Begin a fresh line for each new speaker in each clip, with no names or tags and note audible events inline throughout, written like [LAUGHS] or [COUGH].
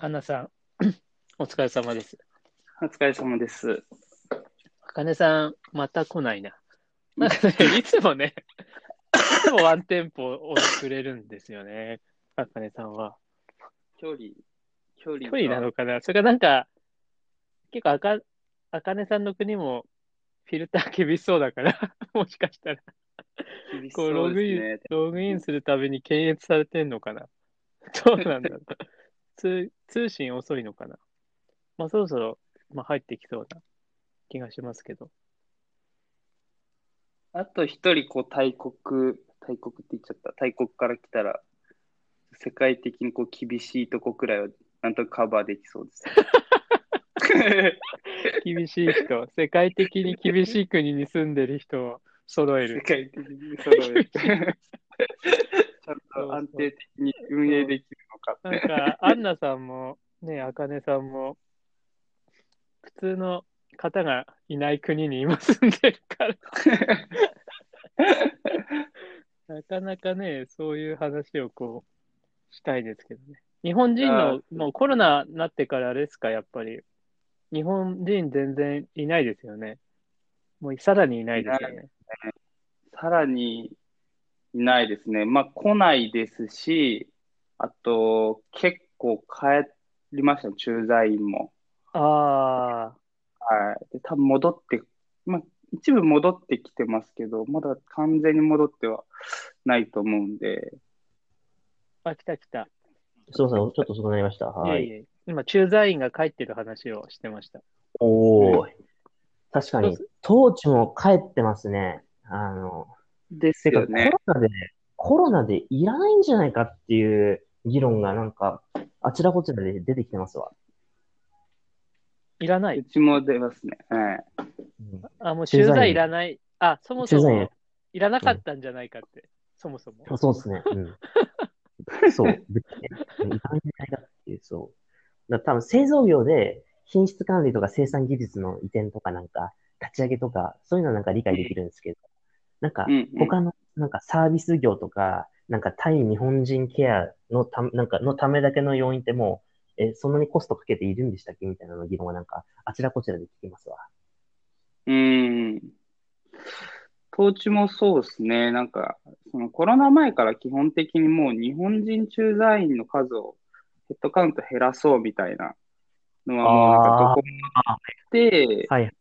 アンナさん、お疲れ様です。
お疲れ様です。
あかねさん、また来ないな。なんかね、 [LAUGHS] いつもね、いつもワンテンポ遅れるんですよね、あかねさんは。
距離、距離
距
が
離なのかなそれかなんか、結構あか、あかねさんの国もフィルター厳しそうだから、 [LAUGHS] もしかしたら、
厳し
こう
そうですね。
ログインするたびに検閲されてんのかなどうなんだろう通通信遅いのかなまあそろそろ、まあ、入ってきそうな気がしますけど。
あと一人、こう、大国、大国って言っちゃった。大国から来たら、世界的にこう、厳しいとこくらいは、なんとなくカバーできそうですね。
厳しい人、世界的に厳しい国に住んでる人を揃え
世
る。
界的に揃える。ちゃんと安定的に運営できるのか。
なんか、アンナさんも、ね、あかねさんも、普通の方がいない国に今住んでるから。なかなかね、そういう話をこう、したいですけどね。日本人
あ
の
ー、
もうコロナになってからあれですか、やっぱり。日本人全然いないですよね。もうさらにいないですよね。
さらに、いないですね。まあ、来ないですし、あと、結構帰りましたね、駐在員も。
ああ、
はい。で、多分戻って、まあ、一部戻ってきてますけど、まだ完全に戻ってはないと思うんで、
あ、来た来た。
すみません、ちょっと遅くなりました。はい
え
い。
いえ今、駐在員が帰ってる話をしてました。
おお、確か
どう
に、当地も帰ってますね。あの、
です
てか、
よ
コ
ね。
ロナで、コロナでいらないんじゃないかっていう議論がなんか、あちらこちらで出てきてますわ。
いらな
う
い。
ちも出ますね。はい。
うん
あ、もう
駐
駐
在員
在いらない。あ、そもそ
駐在
も
員
いらなかったんじゃないかって。そもそも。
そうですね。うん。 [LAUGHS] そう。別に、いらないんじゃないかっていう、そう。だから多分製造業で品質管理とか生産技術の移転とかなんか、立ち上げとか、そういうのはなんか理解できるんですけど、なんか
う、ん、うん。
他のなんかサービス業とか、なんか対日本人ケアのたなんかのためだけの要因ってもう、え、そんなにコストかけているんでしたっけみたいなの議論がなんか、あちらこちらで聞きますわ。
うん。統治もそうですね。なんか、そのコロナ前から基本的にもう日本人駐在員の数をヘッドカウント減らそうみたいなのはもうなんかどこもあって、
はい。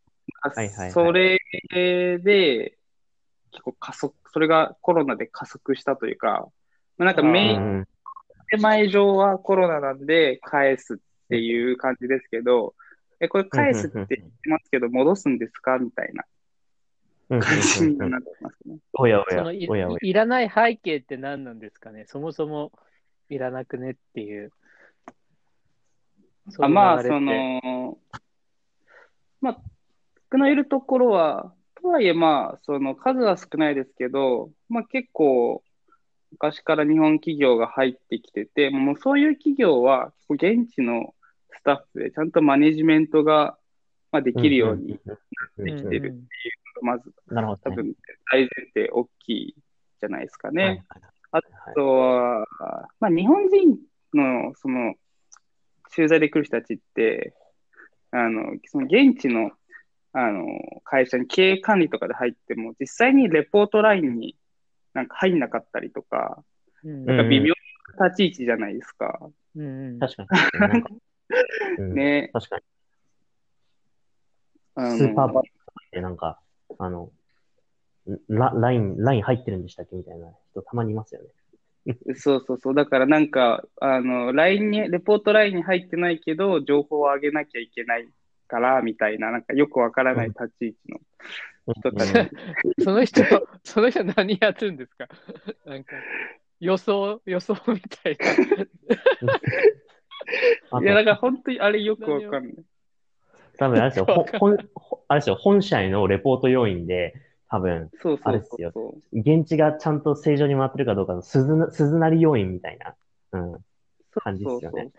あ
はいはいはい
それで、結構加速、それがコロナで加速したというか、まあ、なんか
う
メイン
ん。
手前上はコロナなんで返すっていう感じですけど、え、これ返すって言ってますけど、戻すんですかみたいな
うん。
感じになっ
うん
てますね。
おやお
そ
や、
のい
おやおや。
いらない背景って何なんですかねそもそもいらなくねっていう。
あ、まあ、
ういう流れっ
そ
て。
の、まあ、少ないるところは、とはいえまあ、その数は少ないですけど、まあ結構、昔から日本企業が入ってきてて、もうそういう企業は、結構現地のスタッフでちゃんとマネジメントが、まあ、できるように、
うんうんうん。
きてる
うんうん
まず
なるほ
多
どね。
分大前提大きいじゃないですかね。
はい
ああとは、まあ、日本人のその駐在で来る人たちって、あのその現地のあの会社に経営管理とかで入っても、実際にレポートラインになんか入んなかったりとか、
うん
なんか微
うん
妙な立ち位置じゃないですか。
うんうん
確かに。なんかう
[LAUGHS]
ん
ね。
確か
あの
に。スーパーバットってなんか、あの、ラライン、ライン入ってるんでしたっけみたいな人たまにいますよね。
そうそうそう。だからなんか、あの、LINE に、レポートラインに入ってないけど、情報を上げなきゃいけないから、みたいな、なんかよくわからない立ち位置の人たち。
その人、その人何やってるんですか [LAUGHS] なんか予想、予想みたいな。
あと
いや、だから本当にあれよくわかんない。
多分あれですよ、
わ
ほ
かん
ほんほあれですよ、本社へのレポート要員で、多分、
そうそ
あれ
う
っ
そ
す
う
よ
そう。
現地がちゃんと正常に回ってるかどうかの鈴な、鈴なり要員みたいな、うん、感じ
そ
で
う
す
そ
よ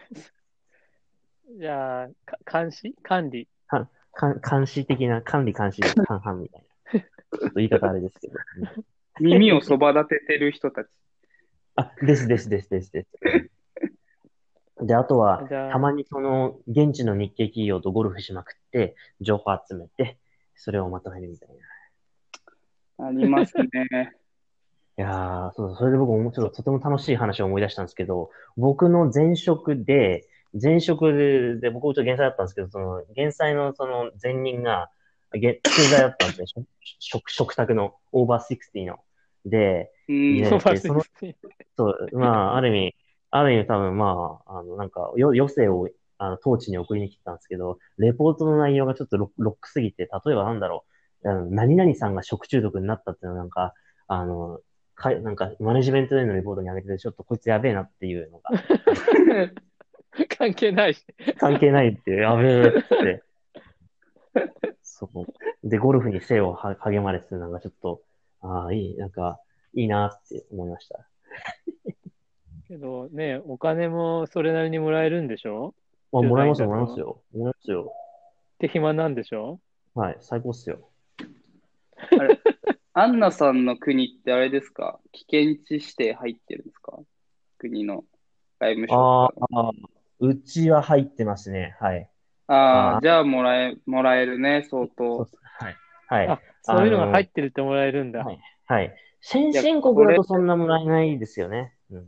う。
ね。
じゃあ、か監視管理
かん監視的な、管理監視、半々みたいな。ちょっと言い方あれですけど。うん
耳をそば立ててる人たち。
あ、ですですですですです。で、あとは、
じゃあ
たまにその現地の日系企業とゴルフしまくって、情報集めて、それをまとめるみたいな。い
あります
[LAUGHS]
ね。
やー、そう、それで僕もちょっととても楽しい話を思い出したんですけど、僕の前職で、前職で、で僕もちょっと減災だったんですけど、その、減災のその前任が、減駐在だったんですね。食食、食卓の、オーバーシクスティの。で、
うん。
ね
そう
で
忘れて
そう、まあ、ある意味、ある意味多分まあ、あの、なんか、よ、余生を、あの、当地に送りに来てたんですけど、レポートの内容がちょっとロロックすぎて、例えばなんだろう、あの、何々さんが食中毒になったっていうのはなんか、あの、かい、なんか、マネジメントでのレポートにあげてて、ちょっとこいつやべえなっていうのが、
[LAUGHS] 関係ないし。
関係ないって、やべえって。 [LAUGHS] そう。で、ゴルフに生をは励まれてて、なんかちょっと、ああ、いい、なんか、いいなって思いました。
けどね、お金もそれなりにもらえるんでしょ
まあ、もらいますよ、
デザインだと
もらいますよ。もらいますよ。
って暇なんでしょ
はい、最高っすよ。
アンナさんの国ってあれですか危険地指定入ってるんですか国の外務省
あ
とか
あ、うちは入ってますね。はい。
あ
あ
あ、じゃあもらえ、もらえるね、相
そう
当。
そうはい。はい。
あ、そういうの
あ
が
の
入ってるってもらえるんだ。
はい。はい。先進国だとそんなもらえないですよね。うん。
い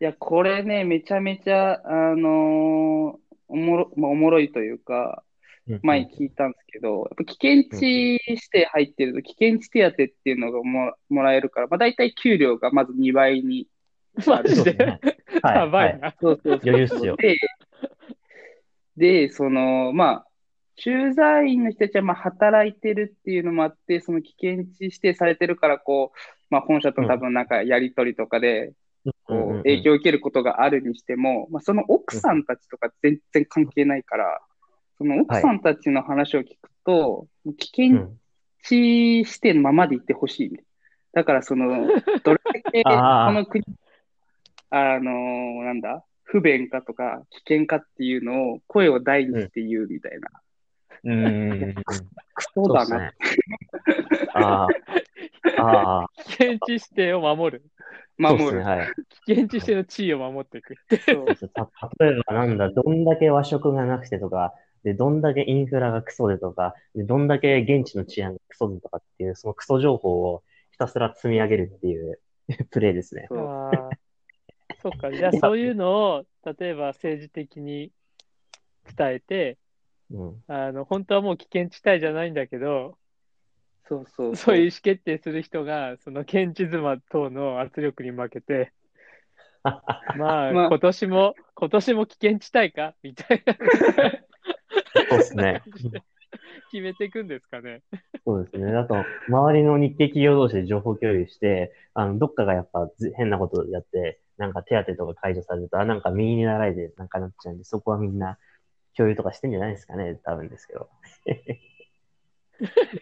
や、これね、めちゃめちゃ、あのーおもろ、まあ、おもろいというか、
うん
前聞いたんですけど、やっぱ危険地指定入ってると、危険地手当っていうのがももらえるから、まあ大体給料がまず2倍に
マジ
そう
で
ですね。はい。
[LAUGHS] やば
はい
な。
そうそう
余裕っすよ。
で、で、その、まあ、駐在員の人たちは、まあ、働いてるっていうのもあって、その危険地指定されてるから、こう、まあ、本社と多分なんかやり取りとかで、こ
うんうんう、
うん影響を受けることがあるにしても、まあ、その奥さんたちとか全然関係ないから、その奥さんたちの話を聞くと、危
う
険
ん
地してのままでいてほしい。だから、その、
[LAUGHS]
どれだけ、こ
あー
の国、あのーなんだ、不便かとか、危険かっていうのを声を大にして言うみたいな。
うんうんうんうん。
クソだ
そ
な。
うですね。ああ。ああ。
危険地指定を守る。
守
そうですね。
る。
はい。
危険地指定の地位を守っていく。
そう
た例えばなんだ、どんだけ和食がなくてとか、で、どんだけインフラがクソでとか、で、どんだけ現地の治安がクソでとかっていう、そのクソ情報をひたすら積み上げるっていう [LAUGHS] プレイですね。
そう
ああ。そっか。じゃあそういうのを、例えば政治的に伝えて、
うん。 [LAUGHS]
あの、本当はもう危険地帯じゃないんだけど、
そうそう
そういう意思決定する人が、その県知妻等の圧力に負けて、
[LAUGHS]
まあ、
まあ
今年も、今年も危険地帯か [LAUGHS] みたいな
そうですね。
決めていくんですか
[LAUGHS]
ね。
そうですね。あと、周りの日系企業同士で情報共有して、あの、どっかがやっぱず変なことやって、なんか手当とか解除されると、あ、なんか右に習いでなんかなっちゃうんで、そこはみんな共有とかしてんじゃないですかね、多分ですけど。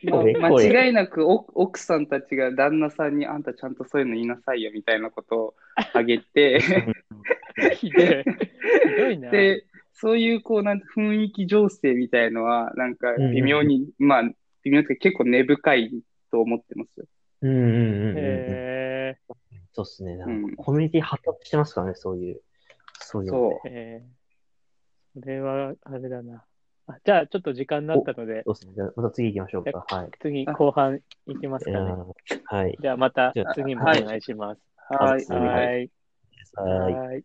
まあ
声声
間違いなくお奥さんたちが旦那さんにあんたちゃんとそういうの言いなさいよみたいなことをあげて、
[LAUGHS]
ひでえ。ひどいな。
で、そういうこうなんて雰囲気情勢みたいのは、なんか微妙に、まあ、微妙というか結構根深いと思ってますよ。
うんうんうんうんうん。
え
そうっすね。な
うんん
かコミュニティ発達してますからね、そういう。そういうの
そ
ね
う。
ー、えー、それは、あれだな。あじゃあ、ちょっと時間になったので、
そうっすね。じゃあまた次行きましょうか。はい。
次、後半いきます
え
かね。
ーはい。
じゃあ、また
じゃあ
次もお願いします。
はい。
はい
はい。
はい
はい